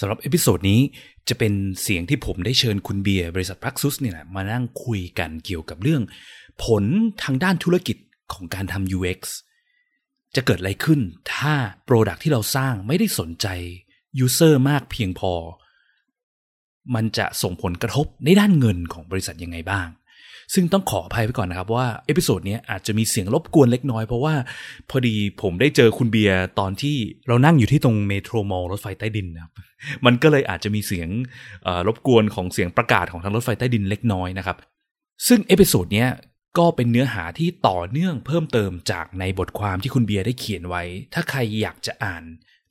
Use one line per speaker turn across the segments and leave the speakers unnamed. สำหรับเอพิโซดนี้จะเป็นเสียงที่ผมได้เชิญคุณเบียร์บริษัทพลักซุสเนี่ยแหละมานั่งคุยกันเกี่ยวกับเรื่อง ผลทางด้านธุรกิจของการทำ UX จะเกิดอะไรขึ้นถ้า Product ที่เราสร้างไม่ได้สนใจ User มากเพียงพอ มันจะส่งผลกระทบในด้านเงินของบริษัทยังไงบ้าง ซึ่งต้องขออภัยไว้ก่อนนะครับว่าเอพิโซดเนี้ยอาจจะมีเสียงรบกวนเล็กน้อยเพราะว่าพอดีผมได้เจอคุณเบียร์ตอนที่เรานั่งอยู่ที่ตรงเมโทรมอลรถไฟใต้ดินนะครับ มันก็เลยอาจจะมีเสียงเอ่อรบกวนของเสียงประกาศของทางรถไฟใต้ดินเล็กน้อยนะครับ ซึ่งเอพิโซดเนี้ยก็เป็นเนื้อหาที่ต่อเนื่องเพิ่มเติมจากในบทความที่คุณเบียร์ได้เขียนไว้ ถ้าใครอยากจะอ่าน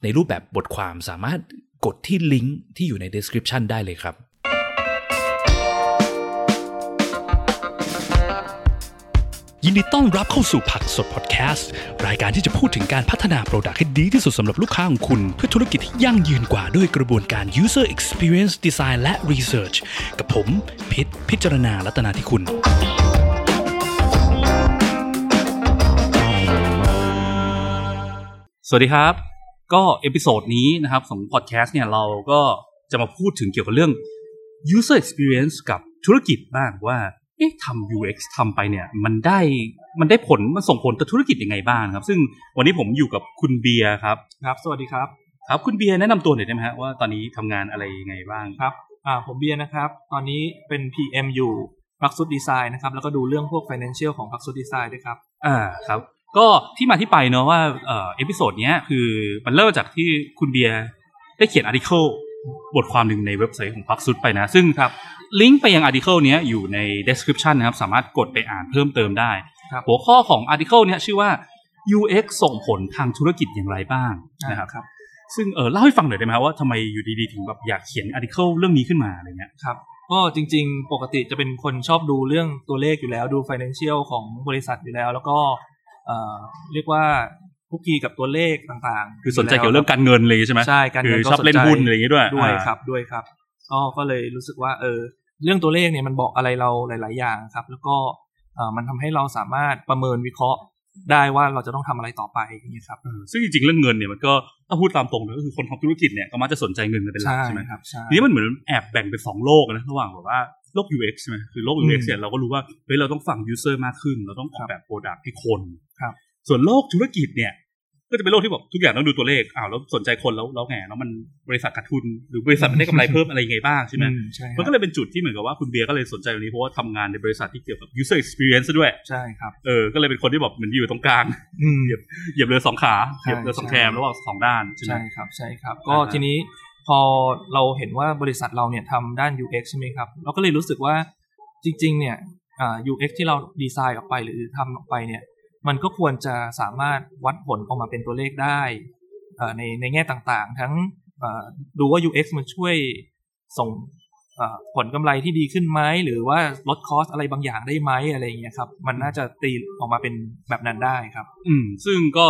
ในรูปแบบบทความสามารถกดที่ลิงก์ที่อยู่ใน description ได้เลยครับ
ยินดีต้อนรับเข้าสู่ผักสดพอดแคสต์รายการที่จะพูดถึงการพัฒนาโปรดักต์ให้ดีที่สุดสำหรับลูกค้าของคุณ เพื่อธุรกิจที่ยั่งยืนกว่าด้วยกระบวนการ user experience design และ research กับผม พิษพิจารณาลัตนาที่คุณ
สวัสดีครับ ก็เอพิโซดนี้นะครับของพอดแคสต์เนี่ยเราก็จะมาพูดถึงเกี่ยวกับเรื่อง user experience กับธุรกิจบ้างว่า เอ๊ะทำ UX ทำไปเนี่ยมันได้มันได้ผลมันส่งผลต่อธุรกิจยังไงบ้างนะครับ ซึ่งวันนี้ผมอยู่กับคุณเบียร์ครับ
ครับ สวัสดีครับ
ครับ คุณเบียร์แนะนำตัวหน่อยได้ไหมฮะว่าตอนนี้ทำงานอะไรยังไงบ้าง
ครับ อ่า ผมเบียร์นะครับ ตอนนี้เป็น PM อยู่พักสุดดีไซน์นะครับ แล้วก็ดูเรื่องพวก Financial ของพักสุดดีไซน์ด้วยครับ
อ่าครับก็ที่มาที่ไปเนอะว่าเอ่อเอพิโซดเนี้ยคือมันเริ่มจากที่คุณเบียร์ได้เขียนอาร์ติเคิลบทความหนึ่งในเว็บไซต์ของพักซุดไปนะ ซึ่งครับลิงก์ไปยังอาร์ติเคิลนี้ยอยู่ใน description นะครับ สามารถกดไปอ่านเพิ่มเติมได้
ครับ
หัวข้อของอาร์ติเคิลนี้ยชื่อว่า UX ส่งผลทางธุรกิจอย่างไรบ้างนะครับ
ครับ
ซึ่งเออเล่าให้ฟังหน่อยได้ไหมครับว่าทำไมอยู่ดีๆถึงแบบอยากเขียนอาร์ติเคิลเรื่องนี้ขึ้นมาอะไรเงี้ย
ครับ ก็จริงๆ ปกติจะเป็นคนชอบดูเรื่องตัวเลขอยู่แล้ว ดู Financial ของบริษัทอยู่แล้ว แล้วก็ เอ่อ เรียกว่าคุกคีกับตัวเลขต่างๆ
คือสนใจเกี่ยวกับเรื่องการเงินอะไรอย่างงี้ใช่ไหม
ใช่ การ
คื
เงิน
อ
ก็
ชอบเล่น
สใจ
หุ้นอะไรอย่างงี้ด้วย
ด้วย
อ่า
ครับด้วยครับก็ก็เลยรู้สึกว่าเออเรื่องตัวเลขเนี่ยมันบอกอะไรเราหลาย ๆ อย่างครับ แล้วก็เอ่อมันทำให้เราสามารถประเมินวิเคราะห์ได้ว่าเราจะต้องทำอะไรต่อไปอย่างนี้ยครับ
เออซึ่งจริงๆ เรื่องเงินเนี่ยมันก็ถ้าพูดตามตรงเลยก็คือคนทำธุรกิจเนี่ยก็มักจะสนใจเงินกันเป็นหลักใช่ไหม
ครับใช่
ทีนี้มันเหมือนแอบแบ่งเป็นสองโลกนะระหว่างแบบว่าโลก UX ใช่ไหมคือโลก UX
อืม
เนี่ยเราก็รู้ว่าเฮ้ยเราต้องฟัง user มากขึ้น เราต้องออกแบบ product ให้คน
ครับ
ส่วนโลกธุรกิจเนี่ย ก็จะเป็นโลกที่แบบทุกอย่างต้องดูตัวเลขอ้าวแล้วสนใจคนแล้วแล้วไงแล้วมันบริษัทขาดทุนหรือบริษัทมันได้กำไรเพิ่มอะไร ยังไงบ้างใช่ไหม
อืมใช่ครับ
มันก็เลยเป็นจุดที่เหมือนกับว่าคุณเบียร์ก็เลยสนใจตรงนี้เพราะว่าทำงานในบริษัทที่เกี่ยวกับ user experience ด้วย
ใช่ครับ
เออก็เลยเป็นคนที่แบบเหมือนอยู่ตรงกลาง
อืม
เหยียบเรือสองขา
ใช่
เหยียบเรือสองแคมระหว่างสองด้านใช่ไหม
ใช่ครับใช่ครับ ก็
อ่าฮะ
ทีนี้พอเราเห็นว่าบริษัทเราเนี่ยทำด้าน UX ใช่ไหมครับ เราก็เลยรู้สึกว่าจริง ๆ เนี่ยอ่า UX ที่เราดีไซน์ออกไปหรือทำออกไปเนี่ย มันก็ควรจะสามารถวัดผลออกมาเป็นตัวเลขได้เอ่อในในแง่ต่างๆ ทั้งเอ่อดูว่า UX มันช่วยส่งเอ่อผลกำไรที่ดีขึ้นไหมหรือว่าลดคอสอะไรบางอย่างได้ไหมอะไรอย่างเงี้ยครับ มันน่าจะตีออกมาเป็นแบบนั้นได้ครับ
อืมซึ่งก็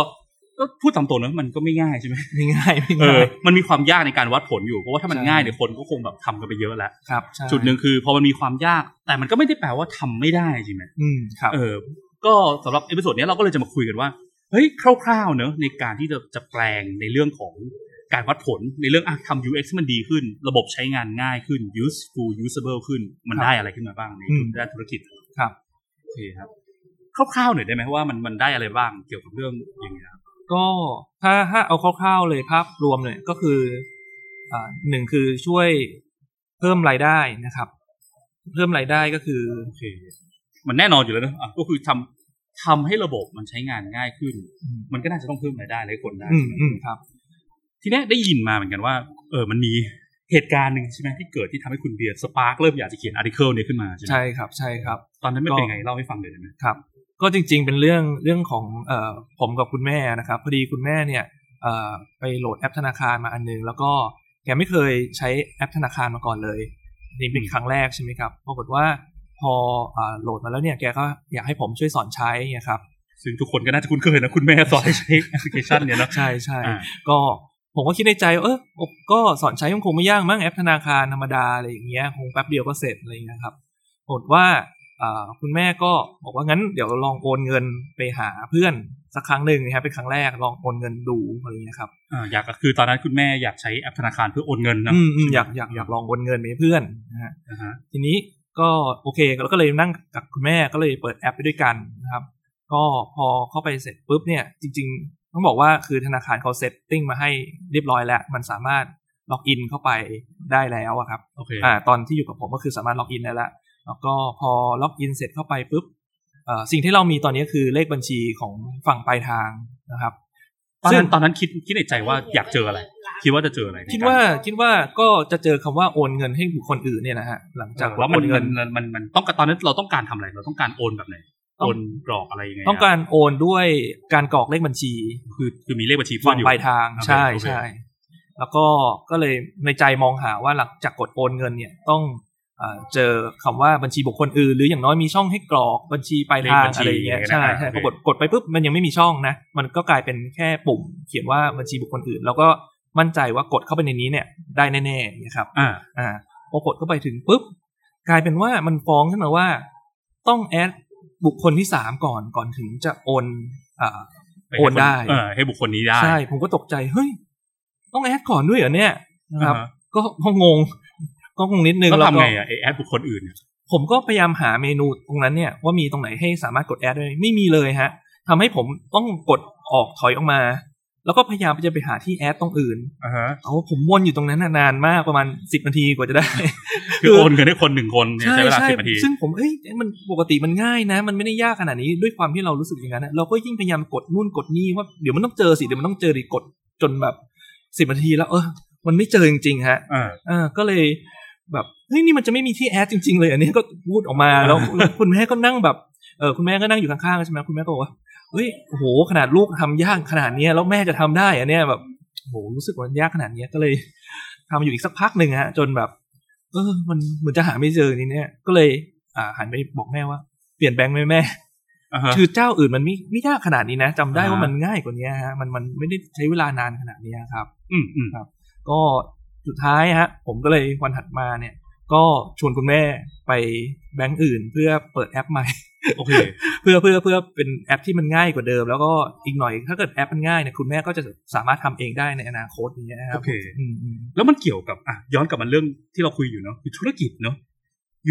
ก็พูดตามตรงนะมันก็ไม่ง่ายใช่ไหม
ไม่ง่ายไม่
เอ
ง่า
อย มันมีความยากในการวัดผลอยู่เพราะว่าถ้ามัน
ใช่
ง่ายเนี่ยคนก็คงแบบทำกันไปเยอะแล้ว
ครับใช่
จุดหนึ่งคือพอมันมีความยาก แต่มันก็ไม่ได้แปลว่าทำไม่ได้ใช่ไหม
อืมครับ
เออก็สำหรับเอพิโซดเนี้ยเราก็เลยจะมาคุยกันว่าเฮ้ยคร่าวๆเนอะในการที่จะจะแปลงในเรื่องของการวัดผลในเรื่องอ่ะทำ UX ให้มันดีขึ้น ระบบใช้งานง่ายขึ้น useful usable ขึ้นมันได้อะไรขึ้นมาบ้างใน
อืม
ด้านธุรกิจ
ครับ
โอเคครับคร่าวๆหน่อยได้ไหมว่ามันมันได้อะไรบ้างเกี่ยวกับเรื่องอย่างนี้นะครับ
ก็ถ้าถ้าเอาคร่าวๆเลยภาพรวมเนี่ยก็คืออ่าหนึ่งคือช่วยเพิ่มรายได้นะครับ เพิ่มรายได้ก็คือ
โอเค มันแน่นอนอยู่แล้วเนอะอ่ะก็คือทำทำให้ระบบมันใช้งานง่ายขึ้น
อืม
มันก็น่าจะต้องเพิ่มรายได้ให้คนได้
อืม
ใช่ไหม
อืมครับ
ทีเนี้ยได้ยินมาเหมือนกันว่า เออมันมีเหตุการณ์หนึ่งใช่ไหมที่เกิดที่ทำให้คุณเบียร์สปาร์กเริ่มอยากจะเขียนอาร์ติเคิลนี้ยขึ้นมาใช่ไหม
ใช่ครับใช่ครับ
ตอนนั้นมันเป็นยังไง
ก็
เล่าให้ฟังหน่อยได้ไหม
ครับ ก็จริง ๆ เป็นเรื่องเรื่องของเอ่อผมกับคุณแม่นะครับ พอดีคุณแม่เนี่ยเอ่อไปโหลดแอปธนาคารมาอันนึง แล้วก็แกไม่เคยใช้แอปธนาคารมาก่อนเลยนี่เป็นครั้งแรกใช่ไหมครับปรากฏว่าพออ่าโหลดมาแล้วเนี่ยแกก็อยากให้ผมช่วยสอนใช้เนะครับ
ซึ่งทุกคนก็น่าจะคุ้นเคยนะคุณแม่ สอนให้ใช้แอปพลิเคชันเนี่ยเนอะ
ใช่ใช่
อ่า
ก็ผมก็คิดในใจว่าเออก็สอนใช้มันคงไม่ยากมั้งแอปธนาคารธรรมดาอะไรอย่างเงี้ยคงแป๊บเดียวก็เสร็จอะไรอย่างเงี้ยครับปรากฏว่าเ อ่าคุณแม่ก็บอกว่างั้นเดี๋ยวลองโอนเงินไปหาเพื่อนสักครั้งหนึ่งนะครับเป็นครั้งแรกลองโอนเงินดูอะไรอย่างเงี้ยครับ
อ่าอยากคือตอนนั้นคุณแม่อยากใช้แอปธนาคารเพื่อโอนเงินนะ
อืมอืมอยากอยากอยากลองโอนเงินไปให้เพื่อนนะฮะ
นะฮะ
ทีนี้ก็โอเคเราก็เลยนั่งกับคุณแม่ก็เลยเปิดแอปไปด้วยกันนะครับ ก็พอเข้าไปเสร็จปุ๊บเนี่ยจริง ๆ ต้องบอกว่าคือธนาคารเขาเซตติ้งมาให้เรียบร้อยแล้ว มันสามารถล็อกอินเข้าไปได้แล้วอะครับ
โอเค
อ่าตอนที่อยู่กับผมก็คือสามารถล็อกอินได้แล้ว แล้วก็พอล็อกอินเสร็จเข้าไปปุ๊บเอ่อสิ่งที่เรามีตอนนี้คือเลขบัญชีของฝั่งปลายทางนะครับ
ตอน
ซึ่ง
นั้นตอนนั้นคิดคิดในใจว่าอยากเจออะไร คิดว่าจะเจออะไรใน
คิดว่าคิดว่าก็จะเจอคำว่าโอนเงินให้บุคคลอื่นเนี่ยนะฮะหลัง
จา
จาก
กว่ามันเงินมันมันมันต้องการตอนนั้นเราต้องการทำอะไรเราต้องการโอนแบบไหนโอนกรอกอะไรยังไงะ
ต้องการโอนด้วยการกรอกเลขบัญชี
คือคือมีเลขบัญชี
ฝั่ง
อยู่
ปลายทาง
โอเค
ใช่
โอเค
ใช่แล้วก็ก็เลยในใจมองหาว่าหลังจากกดโอนเงินเนี่ยต้องเอ่อเจอคำว่าบัญชีบุคคลอื่นหรืออย่างน้อยมีช่องให้กรอกบัญชีปลาย
เลข
ทาง
บัญ
อะ
ชี
ไรอย่างเงี้ย
อะไรนะ
ใช่
อ่า
ใช่
โอ
พ
เค
อกดกดไปปุ๊บมันยังไม่มีช่องนะ มันก็กลายเป็นแค่ปุ่มเขียนว่าบัญชีบุคคลอื่น แล้วก็มั่นใจว่ากดเข้าไปในนี้เนี่ยได้แน่ๆนะครับ
อ่า
อ่าพอกดเข้าไปถึงปุ๊บกลายเป็นว่ามันฟ้องขึ้นมาว่า ต้องแอดบุคคลที่สามก่อนก่อนถึงจะโอนอ่า
ปให้
โอนได้
คเออให้บุคคลนี้ได้
ใช่ ผมก็ตกใจเฮ้ยต้องแอดก่อนด้วยเหรอเนี่ยนะครับ
อ่าฮะ
ก็ก็งง ก็งงนิดนึง
แล้ว
แล้ว
ทำ
ก็
ไงอ่ะไอ้แอดบุคคลอื่นเนี่ย
ผมก็พยายามหาเมนูตรงนั้นเนี่ยว่ามีตรงไหนให้สามารถกดแอดได้ไม่มีเลยฮะทำให้ผมต้องกดออกถอยออกมา แล้วก็พยายามจะไปหาที่แอดตรงอื่น
อ่าฮะ
เอาผมวนอยู่ตรงนั้นน่ะนานมากประมาณสิบนาทีกว่าจะได้
คือโอนเงินให้คนหนึ่งคนเนี่ยใช้เวลาสิบนาที
ซึ่งผมเอ้ยมันปกติมันง่ายนะ มันไม่ได้ยากขนาดนี้ด้วยความที่เรารู้สึกอย่างนั้นนะเราก็ยิ่งพยายามกดนู่นกดนี่ว่าเดี๋ยวมันต้องเจอสิเดี๋ยวมันต้องเจอดิกดจนแบบสิบนาทีแล้วเออมันไม่เจอจริงๆฮะ
อ่า
เออก็เลยแบบเฮ้ยนี่มันจะไม่มีที่แอดจริง ๆ เลย อันนี้ก็พูดออกมา แล้วแล้วคุณแม่ก็นั่งแบบเออคุณแม่ก็นั่งอยู่ข้างๆใช่ไหมคุณแม่ก็บอกว่าเฮ้ยโอ้โหขนาดลูกทำยากขนาดเนี้ยแล้วแม่จะทำได้อันเนี้ยแบบโอ้โหรู้สึกว่ามันยากขนาดเนี้ยก็เลยทำอยู่อีกสักพักหนึ่งฮะจนแบบ เออ มันเหมือนจะหาไม่เจอนี่เนี่ย ก็เลย อ่าหันไปบอกแม่ว่า เปลี่ยนแบงค์ไหม แม่
อ่าฮะ
ชื่อเจ้าอื่นมันไม่ไม่ยากขนาดนี้นะจำได้
อ่าฮะ
ว่ามันง่ายกว่านี้ฮะ มันมันไม่ได้ใช้เวลานานขนาดนี้ครับ
อืมอืม
ก็สุดท้ายฮะ ผมก็เลยวันถัดมาเนี่ย ก็ชวนคุณแม่ไปแบงค์อื่น เพื่อเปิดแอปใหม่
โอเค
เพื่อเพื่อเพื่อเป็นแอปที่มันง่ายกว่าเดิม แล้วก็อีกหน่อยถ้าเกิดแอปมันง่ายเนี่ยคุณแม่ก็จะสามารถทำเองได้ในอนาคตอย่างเงี้ยนะครั
โอบ เค
อืมอืม
แล้วมันเกี่ยวกับอ่ะย้อนกลับมาเรื่องที่เราคุยอยู่เนาะคือธุรกิจเนาะ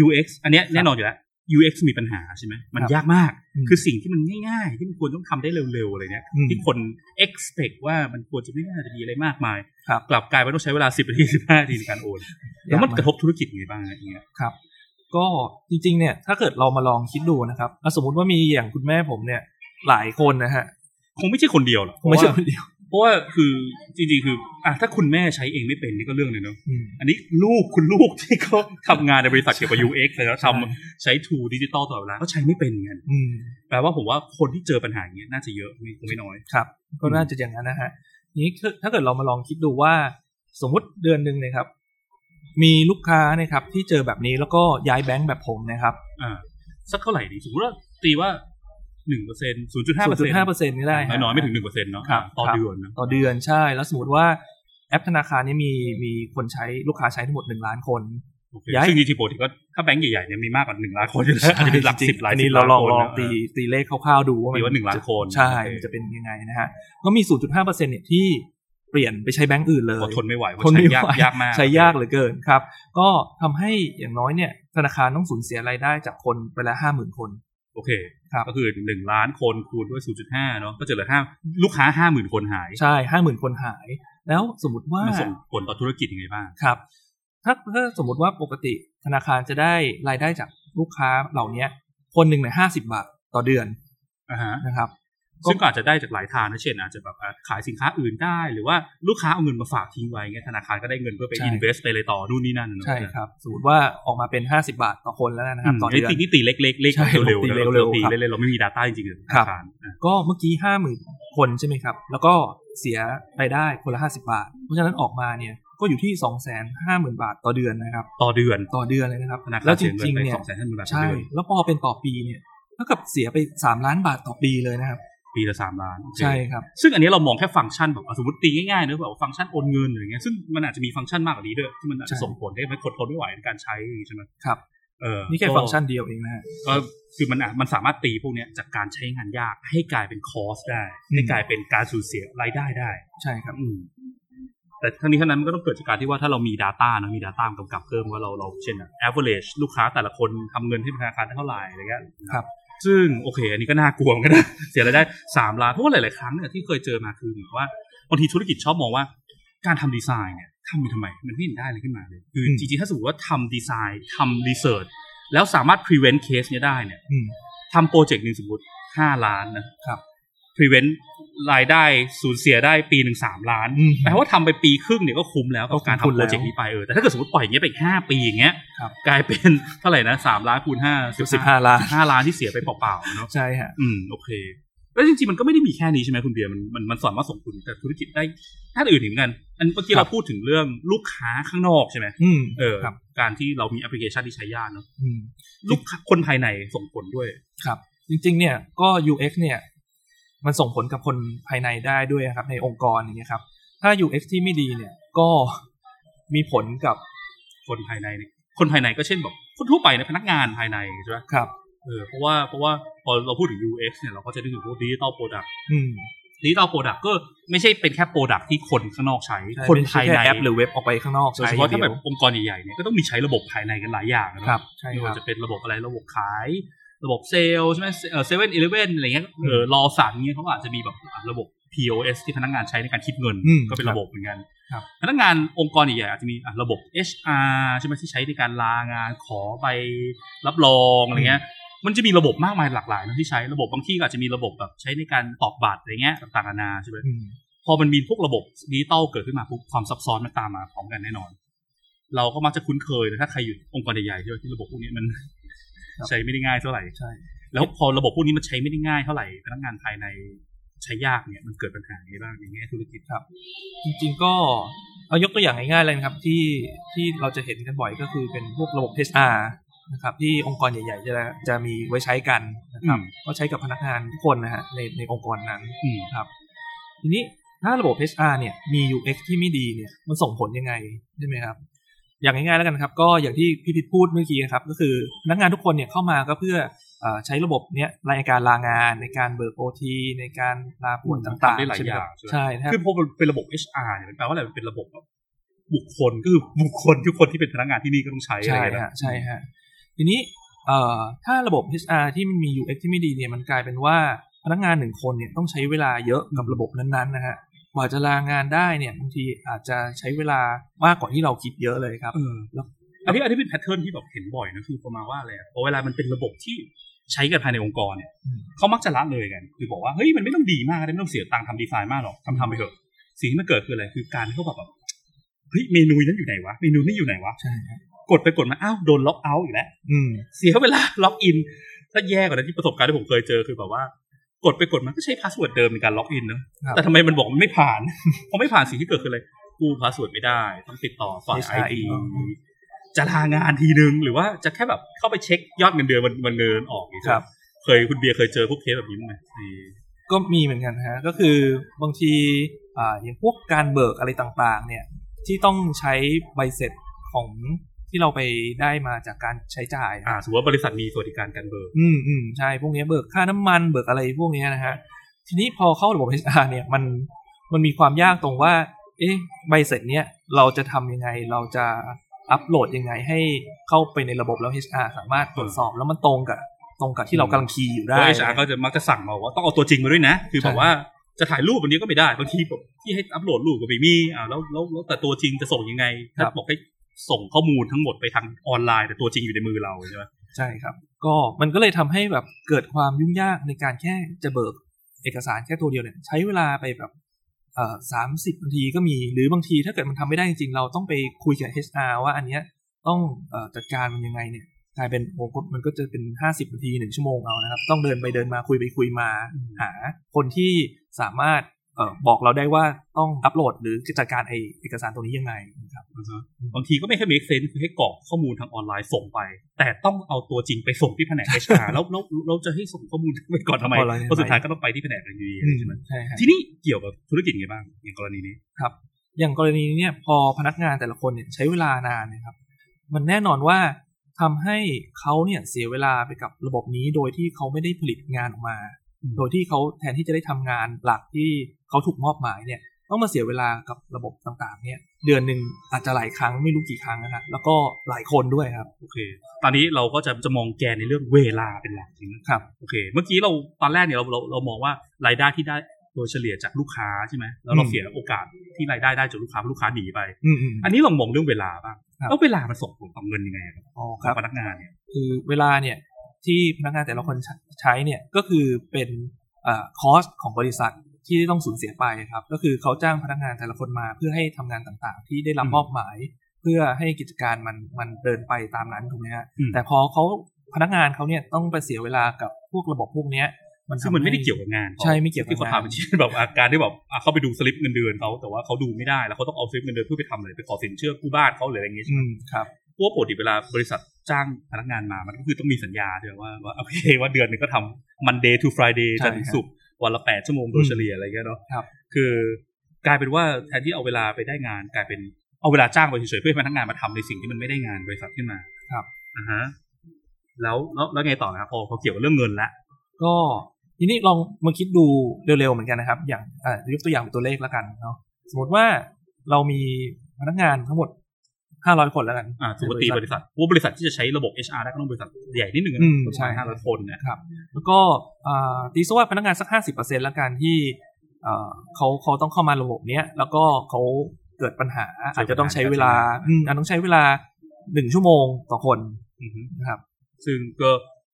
UX อันเนี้ยแน่นอนอยู่แล้ว UX มีปัญหาใช่ไหมมัน
ครับ
ยากมาก
อืม
คือสิ่งที่มันง่ายๆ ที่มันควรต้องทำได้เร็วๆอะไรเนี้ย
อืม
ที่คน expect ว่ามันควรจะไม่น่าจะมีอะไรมากมาย
ครับ
กลับกลายเป็นต้องใช้เวลา 10นาที15นาทีในการโอน แล้วมัน
ยากาก
กระทบธุรกิจยังไงบ้างอะไรเงี้ย
ครับก็จริงๆเนี่ยถ้าเกิดเรามาลองคิดดูนะครับอ่ะสมมติว่ามีอย่างคุณแม่ผมเนี่ยหลายคนนะฮะ
คงไม่ใช่คนเดียวหรอก
ไม่ใช่
เพ
ค
ราะว่าน
เดียว
เพราะว่าคือจริงๆคืออ่ะถ้าคุณแม่ใช้เองไม่เป็นนี่ก็เรื่องเลยเนาะ
อืม
อันนี้ลูกคุณลูกที่เขาทำงานในบริษัทเกี่ยวกับ UX แล้วทำใช้ทูดิจิตอลตลอดเวลาก็ใช้ไม่เป็นเหมือนกัน
อืม
แปลว่าผมว่าคนที่เจอปัญหาอย่างเงี้ยน่าจะเยอะไม่คงไม่น้อย
ครับ ก็น่าจะอย่างนั้นนะฮะทีนี้ถ้าถ้าเกิดเรามาลองคิดดูว่า สมมติเดือนหนึ่งเนะครับ มีลูกค้านะครับที่เจอแบบนี้แล้วก็ย้ายแบงค์แบบผมนะครับ
อ่า สักเท่าไหร่ดีสมมติว่าตีว่าหนึ่งเปอร์เซ็นต์ศูนย์จุดห้าเปอร์เซ็นต์
ห้าเปอร์เซ็นต์ก็ได้ฮะ
น้อยๆไม่ถึงหนึ่งเปอร์เซ็นต์เนาะ
ครับ
ต่อเดือนนะ
ต่อเดือนใช่แล้วสมมติว่าแอปธนาคารเนี่ยมีมีคนใช้ลูกค้าใช้ทั้งหมดหนึ่งล้านคน
โอเค
ย้าย
ซึ่งจริงๆปกติก็ถ้าแบงก์ใหญ่ๆเนี่ยมีมากกว่าหนึ่งล้านคนอยู่แล้วอาจจะเป็นหลักสิบหลาย
อัน
สิ
นี้
บ
เราลอง
คน
ลอง
นะ
ตีตีเลขคร่าวๆดูว่ามั
ตีว่าหนึ่งล้านคน
ใช่
โอเค
มันจะเป็นยังไงนะฮะ ก็มี 0.5%เนี่ยที่เปลี่ยนไปใช้แบงก์อื่นเลย
อดทนไม่ไหวเพราะ
ทน
ใช้
ไม่ไหวย
ากยากมาก
ใช้ยากเหลือเกินครับ ก็ทำให้อย่างน้อยเนี่ย ธนาคารต้องสูญเสียรายได้จากคนไปละห้าหมื่นคน
โอเค
ครับ
ก็คือหนึ่งล้านคนคูณด้วยศูนย์จุดห้าเนาะก็จะเหลือห้าลูกค้าห้าหมื่นคนหาย
ใช่ห้าหมื่นคนหาย แล้วสมมติว่า
มันส่งผลต่อธุรกิจยังไงบ้าง
ครับถ้าถ้าสมมติว่าปกติธนาคารจะได้รายได้จากลูกค้าเหล่าเนี้ย คนหนึ่งเนี่ยห้าสิบบาทต่อเดือน
อ่าฮะ
นะครับ
ซึ่งก็อาจจะได้จากหลายทางนะเช่นอาจจะแบบอ่ะขายสินค้าอื่นได้ หรือว่าลูกค้าเอาเงินมาฝากทิ้งไว้เงี้ยธนาคารก็ได้เงินเพื่อไป
ใช่
invest ไปเลยต่อนู่นนี่นั่นนะ
ใช่ครับ สมมติว่าออกมาเป็น 50 บาทต่อคนแล้วนะครับต่อ
ไอ้
เดือน
ตีนี่ตีเล็กๆเลข
ใช่
เร็วๆ
ตี
นะ
เร็วๆ
เราตี
ครับ
เล่นๆเราไม่มี data จริงๆเลยธ
ครั
นา
บ
คารอ่ะ
ก็เมื่อกี้ห้าหมื่นคนใช่ไหมครับ แล้วก็เสียรายได้คนละห้าสิบาท เพราะฉะนั้นออกมาเนี่ยก็อยู่ที่สองแสนห้าหมื่นบาทต่อเดือนนะครับ
ต่อเดือน
ต่อเดือนเลยนะครับ
ธนาคาร
แล้วจ
เสียเงิน
ริง
ไป
ๆเนี่
ส
ย
องแสนห้าหมื่นบาทต่อ
ใช่
เดือน
แล้วพอเป็นต่อปีเนี่ยเท่ากับเสียไปสามล้านบาทต่อปีเลยนะครับ
ปีละสามล้านโอเค
ใช่ครับ
ซึ่งอันนี้เรามองแค่ฟังก์ชันแบบอ่ะสมมติตีง่ายๆเนอะแบบว่าฟังก์ชันโอนเงินหรืออย่างเงี้ยซึ่งมันอาจจะมีฟังก์ชันมากกว่านี้ด้วยที่มันอาจจะ
ใช่
ส่งผลให้มันคนทนไม่ไหวในการใช้อย่างงี้ใช่ไหม
ครับ
เออ
นี่แค่
ก็
ฟังก์ชันเดียวเองนะฮะ
ก็คือมันอ่ะมันสามารถตีพวกเนี้ยจากการใช้งานยากให้กลายเป็นคอสได้ ให้กลายเป็นการสูญเสียรายได้ได้
ใช่ครับ
อืมแต่ทั้งนี้ทั้งนั้นมันก็ต้องเกิดจากการที่ว่าถ้าเรามี Data นะมี Data กำกับเพิ่มว่าเราเราเช่นอะ average ลูกค้าแต่ละคนทำเงินให้ธนาคารเท่าไหร่อะไรเงี้ย
ครับ
ซึ่งโอเค อันนี้ก็น่ากลัวเหมือนกันนะ เสียรายได้สามล้านเพราะว่าหลาย ๆ ครั้งเนี่ยที่เคยเจอมาคือเหมือนว่าบางทีธุรกิจชอบมองว่าการทำดีไซน์เนี่ยทำไปทำไม มันไม่เห็นได้อะไรขึ้นมาเลยคือจริง ๆ ถ้าสมมติว่าทำดีไซน์ทำ research แล้วสามารถ prevent case เนี้ยได้เนี่ย
อืม
ทำโปรเจกต์หนึ่งสมมติห้าล้านนะครับ prevent รายได้สูญเสียได้ปีหนึ่งสามล้าน
อืม
แปลว่าทำไปปีครึ่งเนี่ยก็คุ้มแล้วกับการ
ก็คุ้ม
ทำโปรเจกต์นี้ไปเออแต่ถ้าเกิดสมมติปล่อยอย่างเงี้ยไปอีกห้าปีอย่างเงี้ย
ครับ
กลายเป็น เท่าไหร่นะสามล้านคูณห้า
เกือบสิบห้าล้าน
ห้าล้านที่เสียไปเปล่าๆเนาะ
ใช่ฮะ
อืมโอเค แล้วจริงๆมันก็ไม่ได้มีแค่นี้ใช่ไหมคุณเบียร์มันมันมันสามารถส่งผลกับธุรกิจได้ด้านอื่นอีกเหมือนกัน อันเมื่อกี้
ครับ
เราพูดถึงเรื่องลูกค้าข้างนอกใช่ไหม
อืม
เออ
ครับ
การที่เรามีแอปพลิเคชันที่ใช้ยากเนาะ
อืม
ลูกค้าคนภายในส่งผลด้วย
ครับ จริงๆ เนี่ยก็ UX เนี่ย มันส่งผลกับคนภายในได้ด้วยนะครับ ในองค์กรอย่างเงี้ยครับ ถ้า UX ที่ไม่ดีเนี่ยก็มีผลกับ
คนภายในเนี่ยคนภายในก็เช่นแบบคนทั่วไปในะพนักงานภายในใช่ไหม
ครับ
เออเพราะว่าเพราะว่าพอเราพูดถึง UX เนี่ยเราก็จะนึกถึงพวกดิจิตอลโปรดักต์
อืม
ดิจิตอลโปรดักต์ก็ไม่ใช่เป็นแค่โปรดักต์ที่คนข้างนอกใช้
ใช่
คน
ไม่
ภา
ใช่
ย
แค่
ใน
แอปหรือเว็บออกไปข้างนอก
โดยเฉ
ใช้
พาะถ้า
เดี
แบ
ย
บ
ว
องค์กรใหญ่ๆเนี่ยก็ต้องมีใช้ระบบภายในกันหลายอย่างนะครับ
ใช่
ไม่
ครั
ว่า
บ
จะเป็นระบบอะไรระบบขาย ระบบเซลล์ใช่ไหมเออเซเว่นอีเลเว่นอะไรเงี้ยเออรอสันเงี้ยเขาก็อาจจะมีแบบระบบ POS ที่พนักงานใช้ในการคิดเงิน
อืม
ก็เป็น
ครับ
ระบบเหมือนกัน
ครับ
พนักงานองค์กรใหญ่ๆอาจจะมีอ่ะระบบ HR ใช่ไหมที่ใช้ในการลางานขอใบรับรองอะไรเงี้ยมันจะมีระบบมากมายหลากหลายนะที่ใช้ระบบบางที่ก็อาจจะมีระบบแบบใช้ในการตอกบัตรอะไรเงี้ยต่างๆนานาใช่ไหม
อืม
พอมันมีพวกระบบดิจิตอลเกิดขึ้นมาปุ๊บความซับซ้อนมันตามมาพร้อมกันแน่นอน เราก็มักจะคุ้นเคยนะถ้าใครอยู่องค์กรใหญ่ๆที่ที่ระบบพวกนี้มัน
ครับ
ใช้ไม่ได้ง่ายเท่าไหร่
ใช่
แล้วพอระบบพวกนี้มันใช้ไม่ได้ง่ายเท่าไหร่พนักงานภายในใช้ยากเนี่ยมันเกิดปัญหาอะไรบ้างในแง่ธุรกิจครับ
จริงๆ ก็เอายกตัวอย่างง่ายๆเลยนะครับที่ที่เราจะเห็นกันบ่อยก็คือเป็นพวกระบบ HR นะครับที่องค์กรใหญ่ๆ จะจะมีไว้ใช้กันนะครับ
อืม
ก็ใช้กับพนักงานทุกคนนะฮะในในองค์กรนั้น
อืม
นะครับทีนี้ถ้าระบบ HR เนี่ยมี UX ที่ไม่ดีเนี่ยมันส่งผลยังไงใช่ไหมครับ อย่างง่ายๆแล้วกันครับ ก็อย่างที่พี่พิษพูดเมื่อกี้ครับก็คือพนักงานทุกคนเนี่ยเข้ามาก็เพื่อเอ่อใช้ระบบเนี้ยรายการลางานในการเบิกโอทีในการลาป่วยต่าง
ทำได้หลา
ๆ
ย
ใช่ไหมครับใช่ค
อย่างใช่ไหม
รับ
คือพอมันเป็นระบบ HR เนี่ยมันแปลว่าอะไรมันเป็นระบบแบบบุคคลก็คือบุคคลทุกคนที่เป็นพนักงานที่นี่ก็ต้องใช้อะไร
ใช่
อย่างเงี้ย
ฮะ
นะ
ใช่ฮะทีนี้เอ่อถ้าระบบ HR ที่มันมี UX ที่ไม่ดีเนี่ยมันกลายเป็นว่าพนักงานหนึ่งคนเนี่ยต้องใช้เวลาเยอะกับระบบนั้นๆนะฮะกว่าจะลางานได้เนี่ยบางทีอาจจะใช้เวลามากกว่าที่เราคิดเยอะเลยครับ
เออแล้วอันนี้อันนี้เป็นแพทเทิร์นที่แบบเห็นบ่อยนะคือประมาณว่าอะไรอะพอเวลามันเป็นระบบที่ใช้กันภายในองค์กรเนี่ย
อืม
เขามักจะละเลยกัน คือบอกว่าเฮ้ยมันไม่ต้องดีมากนะไม่ต้องเสียตังค์ทำดีไซน์มากหรอกทำทำไปเถอะสิ่งที่มันเกิดคืออะไรคือการที่เขาแบบแบบเฮ้ยเมนูนั้นอยู่ไหนวะเมนูนี้อยู่ไหนวะ
ใช่ครับ
กดไปกดมาอ้าวโดนล็อกเอาท์อีกแล้ว
อืม
เสียเวลาล็อกอิน ถ้าแย่กว่านั้นที่ประสบการณ์ที่ผมเคยเจอคือแบบว่า กดไปกดมาก็ใช้พาสเวิร์ดเดิมในการล็อกอินนะครับ แต่ทำไมมันบอกมันไม่ผ่าน พอไม่ผ่านสิ่งที่เกิดคืออะไรกูพาสเวิร์ดไม่ได้ ต้องติดต่อฝ่ายไอ
HR
ทีจะลางานทีนึง หรือว่าจะแค่แบบเข้าไปเช็คยอดเงินเดือนวันวันเงินออกอย่างเงี้ย
ครับ
เคยคุณเบียร์เคยเจอพวกเคสแบบนี้บ้างไหมใน
ก็มีเหมือนกันฮะก็คือบางทีอ่าอย่างพวกการเบิกอะไรต่างๆ เนี่ยที่ต้องใช้ใบเสร็จของที่เราไปได้มาจากการใช้จ่ายนะ
อ่าสมมติว่าบริษัทมีสวัสดิการการเบอร์
อืมอืมใช่ พวกเนี้ยเบิกค่าน้ำมันเบิกอะไรพวกเนี้ยนะฮะ ทีนี้พอเข้าระบบ HR เนี่ยมันมันมีความยากตรงว่า เอ๊ะใบเสร็จเนี่ยเราจะทำยังไงเราจะอัปโหลดยังไงให้เข้าไปในระบบแล้ว HR สามารถตรวจสอบแล้วมันตรงกับตรงกับที่เรากำลังคีย์อยู่ได้
เพราะ HR ก็จะมักจะสั่งมาว่าต้องเอาตัวจริงมาด้วยนะ คือ
ใช่
แบบว่าจะถ่ายรูปวันนี้ก็ไม่ได้บางทีแบบที่ให้อัพโหลดรูปก็ไม่มีอ่าแล้วแล้วแล้วแต่ตัวจริงจะส่งยังไงถ้าบอกให้ส่งข้อมูลทั้งหมดไปทางออนไลน์ แต่ตัวจริงอยู่ในมือเราใช่ไหม
ใช่ครับ ก็มันก็เลยทำให้แบบเกิดความยุ่งยากในการแค่จะเบิกเอกสารแค่ตัวเดียวเนี่ยใช้เวลาไปแบบเอ่อสามสิบนาทีก็มี หรือบางทีถ้าเกิดมันทำไม่ได้จริงๆ เราต้องไปคุยกับ HR ว่าอันเนี้ยต้องเอ่อจัดการมันยังไงเนี่ยกลายเป็นโอ้โหมันก็จะเป็นห้าสิบนาทีหนึ่งชั่วโมงเอานะครับ ต้องเดินไปเดินมาคุยไปคุยมา หาคนที่สามารถเอ่อบอกเราได้ว่าต้องอัปโหลดหรือจัดการไอเอกสารตรงนี้ยังไงนะครับ
บางทีก็ไม่ค่อยมีเซนส์ให้กรอกข้อมูลทางออนไลน์ส่งไป แต่ต้องเอาตัวจริงไปส่งที่แผนก HR แล้วแล้วเราจะให้ส่งข้อมูลไปก่อนทำไม
ออนไลน์ทำไม
เพราะสุดท้ายก็ต้องไปที่แผนกอยู่ดีอะไรใช่ไหม
ใช่ครับ
ทีนี้เกี่ยวกับธุรกิจไงบ้างอย่างกรณีนี้
อย่างกรณีนี้เนี่ยพอพนักงานแต่ละคนเนี่ยใช้เวลานานนะครับ มันแน่นอนว่าท ทำให้เขาเนี่ยเสียเวลาไปกับระบบนี้ โดยที่เขาไม่ได้ผลิตงานออกมา โดยที่เขาแทนที่จะได้ทำงานหลักที่เขาถูกมอบหมายเนี่ยต้องมาเสียเวลากับระบบต่างๆ เนี่ย เดือนหนึ่งอาจจะหลายครั้งไม่รู้กี่ครั้งนะฮะแล้วก็หลายคนด้วยครับ
โอเค ตอนนี้เราก็จะจะมองแกนในเรื่องเวลาเป็นหลักจริงนะครับ โอเค เมื่อกี้เราตอนแรกเนี่ยเราเราเรามองว่ารายได้ที่ได้โดยเฉลี่ยจากลูกค้าใช่ไหมแล้วเรา
อืม
เสียโอกาสที่รายได้ได้จากลูกค้าเพราะลูกค้าหนีไป
อืมอืม
อันนี้ลองมองเรื่องเวลาบ้าง
ครับ
แล้วเวลามันส่งผลต่อเงินยังไงครับ
อ๋อค
กั
รั
บบ พนักงานเนี่ย
คือเวลาเนี่ยที่พนักงานแต่ละคนใช้ใช้เนี่ยก็คือเป็นคอสของบริษัทที่ต้องสูญเสียไปครับก็คือเขาจ้างพนักงานแต่ละคนมาเพื่อให้ทำงานต่างๆ ที่ได้รับมอบหมาย เพื่อให้กิจการมันมันเดินไปตามนั้นถูกไหมฮะ
อืม
แต่พอเขาพนักงานเขาเนี่ยต้องไปเสียเวลากับพวกระบบพวกเนี้ยมัน
ซึ่งมัน
ทำให้
ไม่ได้เกี่ยวกับงานขา
ใช่ไม่เกี่ยวกับ
ที่เขา
งาน
ทำเป็นชิ้นแบบอาการที่แบบอ่ะเขาไปดูสลิปเงินเดือนเขาแต่ว่าเขาดูไม่ได้แล้วเขาต้องเอาสลิปเงินเดือนเพื่อไปทำอะไรไปขอสินเชื่อกู้บ้านเขาหรืออะไรอย่างเงี้ยใช่ไหม
อืมครับ
เพราะว่าปกติเวลาบริษัทจ้างพนักงานมา มันก็คือต้องมีสัญญาด้วยว่าว่าโอเคว่าเดือนหนึงก็ทำ Monday to Friday
ใช่
จันทร์ถึงศุกร์วันละแปดชั่วโมงโดยเฉลี่ยอะไรเงี้ยเนาะ
ครับ
คือกลายเป็นว่าแทนที่เอาเวลาไปได้งาน กลายเป็นเอาเวลาจ้างไปเฉยๆเพื่อให้พนักงานมาทำในสิ่งที่มันไม่ได้งานบริษัทขึ้นมาอ่าฮะแล้วแล้วแล้วไงต่อนะครับพอพอเกี่ยวกับเรื่องเงินละ
ก็ทีนี้ลองมาคิดดูเร็วๆเหมือนกันนะครับ อย่างเอ่อยกตัวอย่างเป็นตัวเลขแล้วกันเนาะสมมติว่าเรามีพนักงานทั้งหมดห้าร้อยคนแล้วกัน
อ่าปกติบริษัทว่าบริษัทที่จะใช้ระบบ HR ได้ก็ต้องบริษัทใหญ่นิดนึงนะ
อืม
ประ
ใช่
มาณห้าร้อยคนเนี่ย
แล้วก็อ่าตีซะว่าพนักงานสักห้าสิบเปอร์เซ็นต์ละกันที่อ่าเขาเขาต้องเข้ามาระบบเนี้ยแล้วก็เขาเกิดปัญหา
เจอปัญหา
อาจจะต้องใช้เวลาอืมอาจต้องใช้เวลาหนึ่งชั่วโมงต่อคน
อือฮึ
นะครับ
ซึ่งก็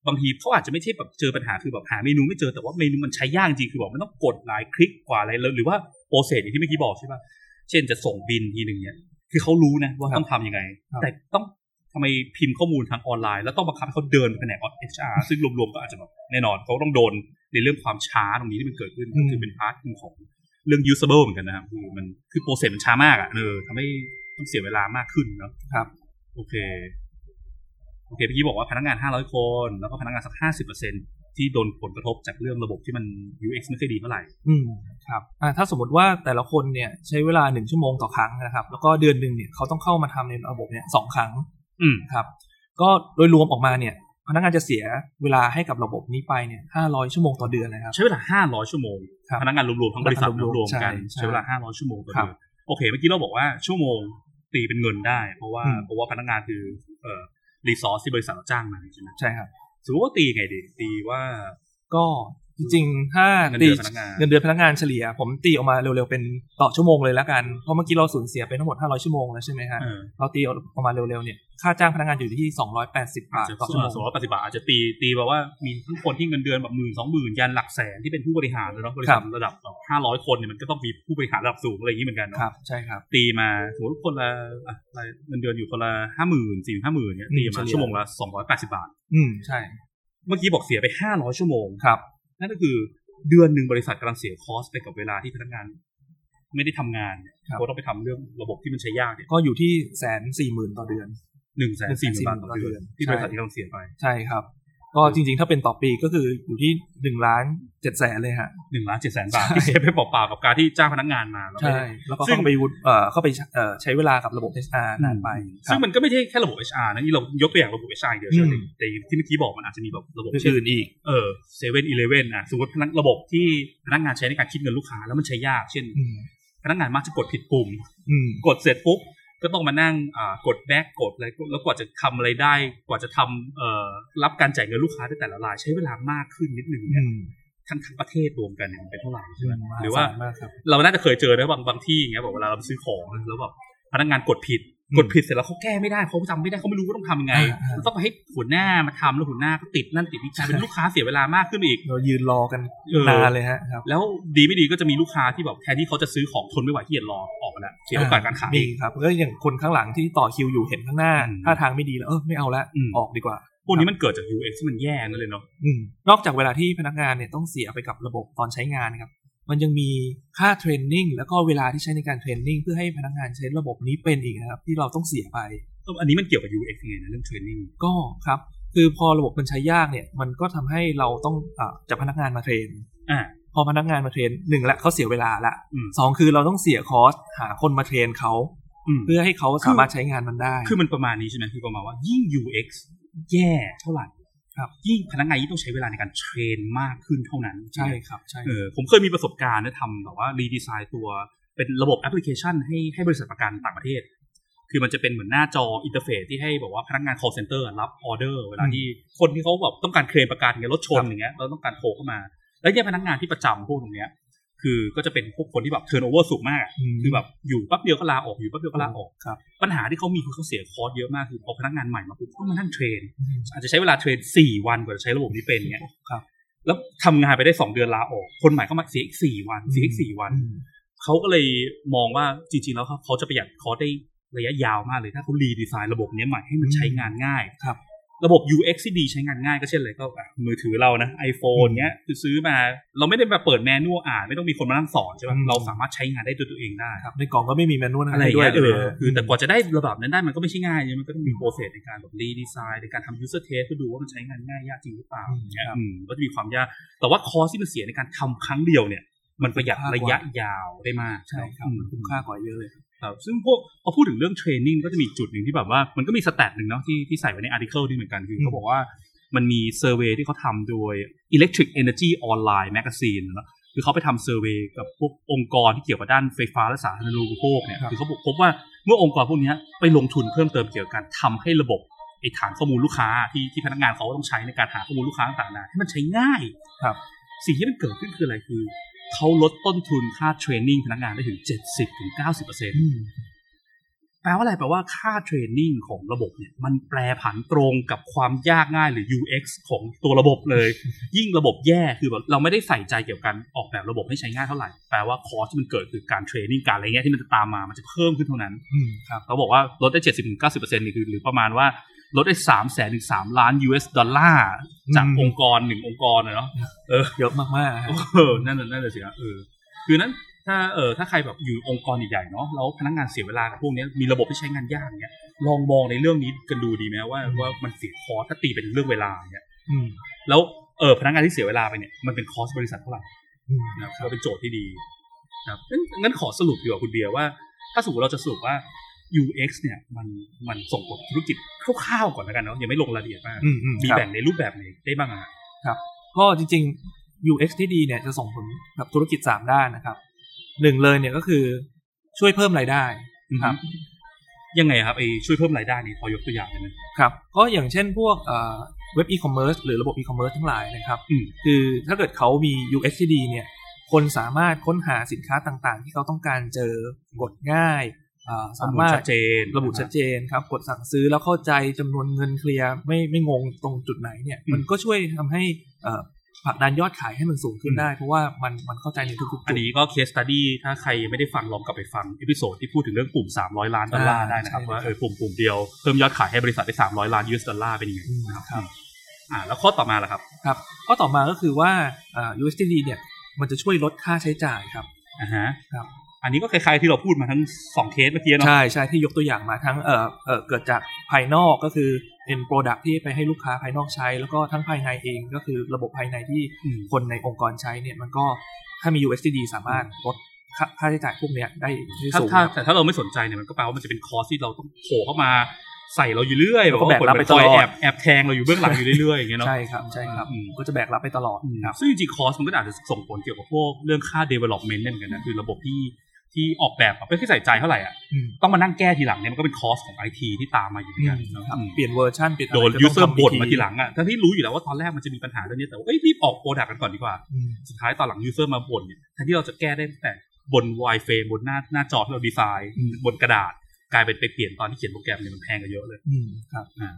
บางทีเขาอาจจะไม่ใช่แบบเจอปัญหาคือแบบหาเมนูไม่เจอแต่ว่าเมนูมันใช้ยากจริงคือแบบมันต้องกดหลายคลิกกว่าอะไรแล้วหรือว่าโปรเซสอย่างที่เมื่อกี้บอกใช่ป่ะเช่นจะส่งบินทีหนึ่งเนี่ยคือเขารู้นะว่า
ครับ
ต้องทำยังไง
ครับ
แต่ต้องทำไมพิมพ์ข้อมูลทางออนไลน์ แล้วต้องบังคับให้เขาเดินไปแผนกเอชอาร์ซึ่งรวมๆก็อาจจะแบบแน่นอนเขาต้องโดนในเรื่องความช้าตรงนี้ที่มันเกิดขึ้นก็คือเป็นพาร์ทของเรื่อง usable เหมือนกันนะครับคือมันคือโปรเซสมันช้ามากอ่ะเออทำให้ต้องเสียเวลามากขึ้นเนาะ
ครับ
โอเค โอเค พี่บอกว่าพนักงาน 500 คน แล้วก็พนักงานสัก 50%ที่โดนผลกระทบจากเรื่องระบบที่มัน UX ไม่ค่อยดีเท่าไหร่
อืมครับอ่าถ้าสมมติว่าแต่ละคนเนี่ยใช้เวลาหนึ่งชั่วโมงต่อครั้งนะครับ แล้วก็เดือนหนึ่งเนี่ยเขาต้องเข้ามาทำในระบบเนี่ยสองครั้ง
อืม
ครับก็โดยรวมออกมาเนี่ยพนักงานจะเสียเวลาให้กับระบบนี้ไปเนี่ย500 ชั่วโมงต่อเดือนนะครับ
ใช้เวลา 500 ชั่วโมง
ครับ
พนักงานรวมๆทั้งบริษัท
พนักงานร
ร
ว
ว
ม
ม
ๆ
ๆกัน
ใช่
ใช้เวลา 500 ชั่วโมงต่อ
ครับ
เดือนโอเค เมื่อกี้เราบอกว่าชั่วโมงตีเป็นเงินได้ เพราะว่า
อืม
เพราะว่าพนักงานคือเอ่อรีซอสที่บริษัทเราจ้างมาใช่ไหม
ใช่ครับ
สมมติว่าตีไงดีตีว่า
ก็จริงๆถ้า
เงิน
ตี
เดือนพนักงาน
เงินเดือนพนักงานเฉลี่ย ผมตีออกมาเร็วๆเป็นต่อชั่วโมงเลยละกัน เพราะเมื่อกี้เราสูญเสียไปทั้งหมด 500 ชั่วโมงแล้วใช่ไหมฮะ
เออ
เราตีออกมาเร็วๆเนี่ยค่าจ้างพนักงานอยู่ที่ 280 บาท
จะ
ต่อ
ส
ชั่วโมง
มมติว่าปฏิบัติอาจจะตีตีแบบว่ามีทั้งคนที่เงินเดือนแบบหมื่นสองหมื่นยันหลักแสนที่เป็นผู้บริหารแล้วเนาะบริษัทระดับแบบห้าร้อยคนเนี่ยมันก็ต้องมีผู้บริหารระดับสูงอะไรอย่างนี้เหมือนกันเนาะ
ครับใช่ครับ
ตีมาสมมติคนละอ่ะรายเงินเดือนอยู่คนละห้าหมื่นสี่ห้าหมื่นเนี่ย
อืม
ตี
เฉ
มา
ลี่ย
ชั่วโมงละสองร้อยแปดสิบาท
อืมใช่
เมื่อกี้บอกเสียไปห้าร้อยชั่วโมง
ครับ
นั่นก็คือเดือนหนึ่งบริษัทกำลังเสียคอสไปกับเวลาที่พนักงาน ไม่ได้ทำงานเนี่ย
ครับ
เขาต้องไปทำเรื่องระบบที่มันใช้ยากเนี่ย
ก็อยู่ที่แสนสี่หมื่นต่อเดือน
หนึ่งแสนสี่หมื่นบาทต่อเดือนที่บริษัทที่กำลังเสียไป
ใช่ครับ ก็จริงๆถ้าเป็นต่อปีก็คืออยู่ที่หนึ่งล้านเจ็ดแสนเลยฮะ
หนึ่งล้านเจ็ดแสนบาทที่เสียไปเปล่าๆกับการที่จ้างพนักงานมาแล้ว
ใช่
ไม่ได้
แล้วก็
ซึ่ง
เข้าไปวุฒเอ่อเข้าไปเอ่อใช้เวลากับระบบ HR นานไป
ซึ่
ค
ง
รับ
มันก็ไม่ใช่แค่ระบบ HR นะนี่เรายกตัวอย่างระบบ HR อย่างเดียวใช่ไหม
อืม
แต่ที่เมื่อกี้บอกมันอาจจะมีแบบระบบ
คือ
เช่น
อื่นอีก
เออเซเว่นอีเลเว่นอ่ะสมมติพนักระบบที่พนักงานใช้ในการคิดเงินลูกค้าแล้วมันใช้ยาก เช่น
อืม
พนักงานมักจะกดผิดปุ่ม
อืม
กดเสร็จปุ๊บ ก็ต้องมานั่งอ่ากดแบกกดอะไรแล้วกว่าจะทำอะไรได้ กว่าจะทำเอ่อรับการจ่ายเงินลูกค้าได้แต่ละรายใช้เวลามากขึ้นนิดนึงเนี่ยทั้งทั้งประเทศรวมกันเนี่ยมันเป็นเท่าไหร่ใช่ไหมหรือว่า
มากครับ
เราน่าจะเคยเจอนะบางบางที่อย่างเงี้ยแบบเวลาเราไปซื้อของแล้วแบบพนักงานกดผิด
อืม
กดผิดเสร็จแล้วเขาแก้ไม่ได้เขาจำไม่ได้เขาไม่รู้ว่าต้องทำยังไง
อ่าอ่า
มันต้องไปให้หัวหน้ามาทำแล้วหัวหน้าก็ติดนั่นติดนี่กลายเป็นลูกค้าเสียเวลามากขึ้นไปอีก
เรายืนรอกัน
เออ
นานเลยฮะครับ
แล้วดีไม่ดีก็จะมีลูกค้าที่แบบแทนที่เขาจะซื้อของทนไม่ไหวที่เกียจรอออกมาแล้วเสียโอกาสการขาย
มีครับก็อย่างคนข้างหลังที่ต่อคิวอยู่เห็นข้างหน้า
อืม
ท่าทางไม่ดีแล้วเออไม่เอาละ
อืม
ออกดีกว่า
พวกนี้มันเกิดจาก UX ที่มันแย่นั่นเลยเนาะ
อืมนอกจากเวลาที่พนักงานเนี่ยต้องเสียไปกับระบบตอนใช้งานครับ มันยังมีค่าเทรนนิ่งแล้วก็เวลาที่ใช้ในการเทรนนิ่งเพื่อให้พนักงานใช้ระบบนี้เป็นอีกนะครับที่เราต้องเสียไป
เอออันนี้มันเกี่ยวกับ UX ยังไงนะเรื่องเทรนนิ่ง
ก็ครับ คือพอระบบมันใช้ยากเนี่ย มันก็ทำให้เราต้องอาจับพนักงานมาเทรน
อ่า
พอพนักงานมาเทรนหนึ่งละเขาเสียเวลาละ
อืม
สองคือเราต้องเสียคอสหาคนมาเทรนเขา
อืม
เพื่อให้เขาสามารถใช้งานมันได้
คือมันประมาณนี้ใช่ไหมคือประมาณว่ายิ่ง UX แย่เท่าไหร่
ครับ
ยิ่งพนักงานยิ่งต้องใช้เวลาในการเทรนมากขึ้นเท่านั้น
ใช่ครับใช่
เออผมเคยมีประสบการณ์นะทำแบบว่ารีดีไซน์ตัวเป็นระบบแอปพลิเคชันให้ให้บริษัทประกันต่างประเทศ คือมันจะเป็นเหมือนหน้าจออินเทอร์เฟซที่ให้บอกว่าพนักงาน call center รับออเดอร์เวลาที่คนที่เขาแบบต้องการเคลมประกันอย่างเงี้ยรถชนอย่างเงี้ยเราต้องการโทรเข้ามา แล้วเนี่ยพนักงานที่ประจำพวกตรงเนี้ย คือก็จะเป็นพวกคนที่แบบเทิร์นโอเวอร์สูงมากอะ
ม
คือแบบอยู่แปั๊บเดียวก็ลาออกอยู่แปั๊บเดียวก็ลาออก
ครับ
ปัญหาที่เขามีคือเขาเสียคอร์สเยอะมากคือพอพนักงานใหม่มาปุ๊บต้องมานั่งเทรน
อืม
อาจจะใช้เวลาเทรนสี่วันกว่าจะใช้ระบบนี้เป็นเนี่ย
ครับ
แล้วทำงานไปได้สองเดือนลาออก คนใหม่เข้ามาเสียอีกสี่วันเสียอีกสี่วัน เขาก็เลยมองว่าจริงๆ แล้วเขาจะประหยัดคอร์สได้ระยะยาวมากเลยถ้าเขารีดีไซน์ระบบเนี้ยใหม่ให้มันใช้งานง่าย
ครับ
ระบบ UX ที่ดีใช้งานง่ายก็เช่นเลยก็อ่ะมือถือเรานะ iPhone เนี้ยคือซื้อมาเราไม่ได้มาเปิดแมนนวลอ่านไม่ต้องมีคนมานั่งสอนใช่ไหม
อืม
เราสามารถใช้งานได้ด้วยตัวเองได้
ครับในกล่องก็ไม่มีแมนนวล
อะไรอย่าง
ด้ว
เงี้
ย
ยเออ
ใช่ไหมฮะ
คือแต่กว่าจะได้ระดับนั้นได้มันก็ไม่ใช่ง่ายเนี่ยมันก็ต้องมีโปรเซสในการแบบรีดีไซน์ในการทำ user test เพื่อดูว่ามันใช้งานง่ายยากจริงหรือเปล่า
อืม
อย่างเงี้ย
ครับ
อืมก็จะมีความยาก แต่ว่าคอสที่มันเสียในการทำครั้งเดียวเนี่ย มันประหยัด
คุ้มค่ากว่า
ระยะยาวได้มาก
ใช่ครับ
อืม
คุ้มค่ากว่าเยอะเลย
ครับซึ่งพวกพอพูดถึงเรื่องเทรนนิ่งก็จะมีจุดหนึ่งที่แบบว่ามันก็มีสแตทหนึ่งเนาะที่ที่ใส่ไว้ในอาร์ติเคิลนี่เหมือนกันคือเขาบอกว่ามันมีเซอร์เวยที่เขาทำโดย Electric Energy Online Magazine เนอะ คือเขาไปทำเซอร์เวยกับพวกองค์กรที่เกี่ยวกับด้านไฟฟ้าและสาธารณูปโภคเนี่ย
ครับ
คือเขาบอกพบว่าเมื่อองค์กรพวกเนี้ยไปลงทุนเพิ่มเติมเกี่ยวกับการทำให้ระบบไอ้ฐานข้อมูลลูกค้าที่ที่พนักงานเขาต้องใช้ในการหาข้อมูลลูกค้าต่างๆนาให้มันใช้ง่าย
ครับ
สิ่งที่มันเกิดขึ้นคืออะไรคือเขาลดต้นทุนค่าเทรนนิ่งพนักงานได้ถึง 70ถึง90เปอร์เซ็นต์ แปลว่าอะไรแปลว่าค่าเทรนนิ่งของระบบเนี่ยมันแปรผันตรงกับความยากง่ายหรือ UX ของตัวระบบเลย ยิ่งระบบแย่คือแบบเราไม่ได้ใส่ใจเกี่ยวกับการออกแบบระบบให้ใช้ง่ายเท่าไหร่แปลว่าคอสที่มันเกิดคือการเทรนนิ่งการอะไรเงี้ยที่มันจะตามมามันจะเพิ่มขึ้นเท่านั้น
อืมครับ
เขาบอกว่าลดได้ 70-90%นี่คือหรือประมาณว่าลดได้สามแสนถึงสามล้าน US ดอลลาร์จาก
อืม
องค์กรหนึ่งองค์กรนะเนาะ
เยอะมากๆฮะ
เออนั่นน่ะนั่นน่ะสิครับเออ คือนั้น ถ้า เออถ้าใครแบบอยู่องค์กรใหญ่ๆ เนาะ แล้วพนักงานเสียเวลากับพวกเนี้ยมีระบบที่ใช้งานยากเนี้ย ลองมองในเรื่องนี้กันดูดีไหมว่าว่ามันเสียคอร์สถ้าตีเป็นเรื่องเวลาเนี้ย
อืม
แล้ว เออพนักงานที่เสียเวลาไปเนี่ย มันเป็นคอร์สบริษัทเท่าไหร่
อืม
นะครับก็เป็นโจทย์ที่ดีนะครับงั้นงั้นขอสรุปดีกว่าคุณเบียร์ว่า ถ้าสมมติเราจะสรุปว่า UX เนี่ย มัน มันส่งผลธุรกิจคร่าวๆ ก่อนแล้วกันเนาะ ยังไม่ลงรายละเอียดมาก
อืมอื
มี
ครับ
แบ่งในรูปแบบไหนได้บ้างอะ
ก็จริงๆ UX ที่ดีเนี่ยจะส่งผลกับธุรกิจ 3 ด้านนะครับหนึ่งเลยเนี่ยก็คือช่วยเพิ่มรายได้ ครับ
ยังไงครับไอช่วยเพิ่มรายได้นี่พอยกตัวอย่างได้ไหม
ครับก็อย่างเช่นพวกเว็บอีคอมเมิร์ซหรือระบบอีคอมเมิร์ซทั้งหลายนะครับ
อืม
คือถ้าเกิดเขามี UX ที่ดีเนี่ยคนสามารถค้นหาสินค้าต่างๆ ที่เขาต้องการเจอกดง่ายอ่า
ข้อ
สา
มูล
มารถ
ชัดเจน
ระบุชัดเจนครับกดสั่งซื้อแล้วเข้าใจจำนวนเงินเคลียร์ไม่ไม่งงตรงจุดไหนเนี่ยมันก็ช่วยทำให้เอ่อผลักดันยอดขายให้มันสูงขึ้นได้ เพราะว่ามันมันเข้าใจในทุกๆจุด
อันนี้ก็เคสตัดดี้ถ้าใครยังไม่ได้ฟังลองกลับไปฟังเอพิโซดที่พูดถึงเรื่องปุ่ม 300 ล้านดอลลาร์
อ่า
ได้นะครับ
ใช่
ว่าเออปุ่มปุ่มเดียวเพิ่มยอดขายให้บริษัทได้ 300 ล้าน US ดอลลาร์เป็นยังไง
อืม
นะครับ
ครับ
อ่า แล้วข้อต่อมาล่ะครับ
ครับข้อต่อมาก็คือว่าอ่า USDT เนี่ยมันจะช่วยลดค่าใช้จ่ายครับ
อ่าฮะ
ครับ
อันนี้ก็คล้ายๆที่เราพูดมาทั้ง 2 เคสเมื่อกี้เนาะ
ใช่ใช่ที่ยกตัวอย่างมาทั้งเอ่อเอ่อเกิดจากภายนอกก็คือเป็นโปรดักที่ไปให้ลูกค้าภายนอกใช้ แล้วก็ทั้งภายในเองก็คือระบบภายในที่
อืม
คนในองค์กรใช้เนี่ยมันก็ถ้ามี USDT สามารถลดค่าค่าใช้จ่ายพวกเนี้ยได้ได้
ถ้า
สูง
ถ้า
ครับ
แต่ถ้าเราไม่สนใจเนี่ยมันก็แปลว่ามันจะเป็นคอร์สที่เราต้องโผล่เข้ามาใส่เราอยู่เรื่อย
แล้วก็
ว่า
แบกรับไป
ค
ตลอด
แอบแอบแทงเราอยู่เบื้องหลังอยู่เรื่อยๆอย่างเงี้ยเนาะ
ใช่ครับใช่ครับ
อืม
ก็จะแบกรับไปตลอดครับ
ซึ่งจริงๆคอสมันก็อาจจะส่งผลเกี่ยวกับพวกเรื่องค่า development เนี่ยเหมือนกันนะคือระบบที่ที่ออกแบบมาไม่ค่อยใส่ใจเท่าไหร่อ่ะ
อืม
ต้องมานั่งแก้ทีหลังเนี่ยมันก็เป็นคอสของไอทีที่ตามมาอยู่เหมือนกัน
ครับ
อืม
เปลี่ยนเวอร์ชันเปลี่ยนอะ
โด
ไร
น
ก็
ยู
ต้ง
เซอร์
ทำ
บ่นมาทีหลังอ่ะทั้งที่รู้อยู่แล้วว่าตอนแรกมันจะมีปัญหาเรื่องนี้แต่ว่าเอ้ยรีบออกโปรดักต์กันก่อนดีกว่า
อืม
สุดท้ายตอนหลังยูเซอร์มาบ่นเนี่ยแทนที่เราจะแก้ได้ตั้งแต่บนไวเฟรมบนหน้าหน้าจอที่เราดีไซน์
อืม
บนกระดาษกลายเป็นไปเปลี่ยนตอนที่เขียนโปรแกรมเนี่ยมันแพงกันเยอะเลย
อืมครับ
อ่า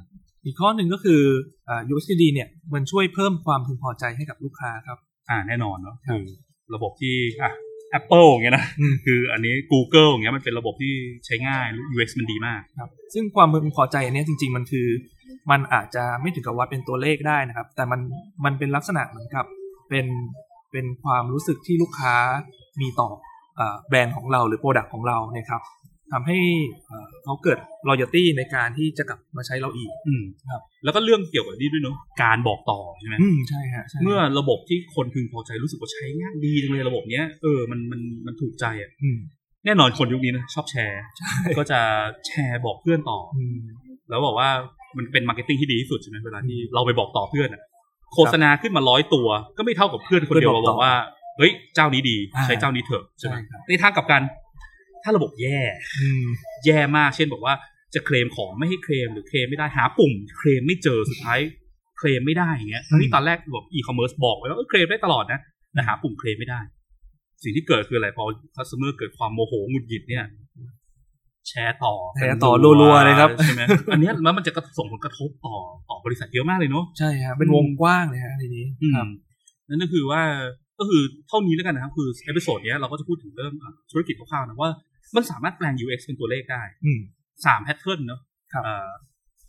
อีกข้อหนึ่งก็คืออ่า USDT เนี่ยมันช่วยเพิ่มความพึงพอใจให้กับลูกค้าครับ
อ่าแน่นอนเนาะ
ครับ
คือระบบที่อ่ะ Apple อย่างเงี้ยนะ
อืม
คืออันนี้ Google อย่างเงี้ยมันเป็นระบบที่ใช้ง่าย UX มันดีมาก
ครับซึ่งความพึงพอใจอันเนี้ยจริง ๆ มันคือ มันอาจจะไม่ถึงกับวัดเป็นตัวเลขได้นะครับ แต่มันมันเป็นลักษณะเหมือนกับเป็นเป็นความรู้สึกที่ลูกค้ามีต่ออ่าแบรนด์ของเราหรือโปรดักต์ของเรานะครับทำให้อ่าเขาเกิด loyalty ในการที่จะกลับมาใช้เราอีก
อืม
ครับ
แล้วก็เรื่องเกี่ยวกับนี่ด้วยเนาะการบอกต่อใช่ไหม
อืมใช่ฮะใช่
เมื่อระบบที่คนพึงพอใจรู้สึกว่าใช้ง่ายดีจังเลยระบบเนี้ยเออมันมันมันถูกใจอ่ะ
อืม
แน่นอนคนยุคนี้นะชอบแชร์ ก็จะแชร์บอกเพื่อนต่อ
อืม
แล้วบอกว่ามันเป็นมาร์เก็ตติ้งที่ดีที่สุดใช่ไหมเวลาที่เราไปบอกต่อเพื่อนอะโฆษณาขึ้นมาร้อยตัว ก็ไม่เท่ากับเพื่อนคนเดียว
เพื่อน
มา
บอก
บ
ต่อ
อกว่า เฮ้ย เจ้านี้ดี
อ่า
ใช้เจ้านี้เถอะใช่ไหม
ใช่ครับ
ในทางกลับกัน ถ้าระบบแย่
อืม
แย่มาก เช่นบอกว่าจะเคลมของไม่ให้เคลมหรือเคลมไม่ได้หาปุ่ม เคลมไม่เจอสุดท้ายเคลมไม่ได้อย่างเงี้ยทั้งที่ตอนแรกแบบอีคอมเมิร์ซบอกไว้ว่าเออเคลมได้ตลอดนะแต่หาปุ่มเคลมไม่ได้ สิ่งที่เกิดคืออะไรพอคัสเตอร์เกิดความโมโหหงุดหงิดเนี่ย แชร์ต่อ
แชร์ต่อรัวๆเลยครับ
ใช่ไหมอันเนี้ยแล้วมันจะกระทบส่งผลกระทบต่อต่อบริษัทเยอะมากเลยเนาะ
ใช่ครับเป็นวงกว้างเลยฮะทีนี้
อืม
ครับ
นั่นก็คือว่าก็คือเท่านี้แล้วกันนะครับ คือเอพิโซดเนี้ยเราก็จะพูดถึงเรื่องอ่ะธุรกิจคร่าวๆนะว่ามันสามารถแปลง UX เป็นตัวเลขได้
อืม
สามแพทเทิร์นเนาะ
ครับ
เอ่อ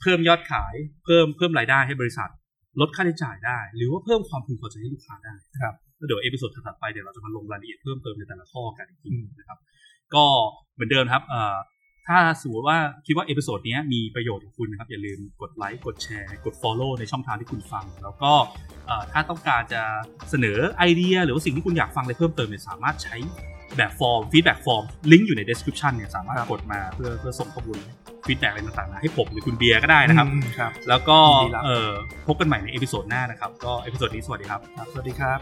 เพิ่มยอดขายเพิ่มเพิ่มรายได้ให้บริษัท ลดค่าใช้จ่ายได้ หรือว่าเพิ่มความพึงพอใจให้ลูกค้าได้
ครับ
แล้วเดี๋ยวเอพิโซดถัดๆไปเดี๋ยวเราจะมาลงรายละเอียดเพิ่มเติมในแต่ละข้อกันอีกที
อืม
นะครับ ก็เหมือนเดิมครับเอ่อถ้าสมมติว่าคิดว่าเอพิโซดเนี้ยมีประโยชน์กับคุณนะครับ อย่าลืมกดไลค์ กดแชร์ กด Follow ในช่องทางที่คุณฟัง แล้วก็เอ่อถ้าต้องการจะเสนอไอเดีย หรือว่าสิ่งที่คุณอยากฟังอะไรเพิ่มเติมเนี่ยสามารถใช้แบบฟอร์มฟีดแบ็กฟอร์มลิงก์อยู่ใน description เนี่ยสามารถกดมาเพื่อเพื่อส่งข้อมูลฟีดแบ็กอะไรต่างๆมาให้ผมหรือคุณเบียร์ก็ได้นะครับ
อืมครับ
แล้วก็
ยินดีรับ
เอ่อพบกันใหม่ในเอพิโซดหน้านะครับก็เอพิโซดนี้สวัสดีครับ
ครับ สวัสดีครับ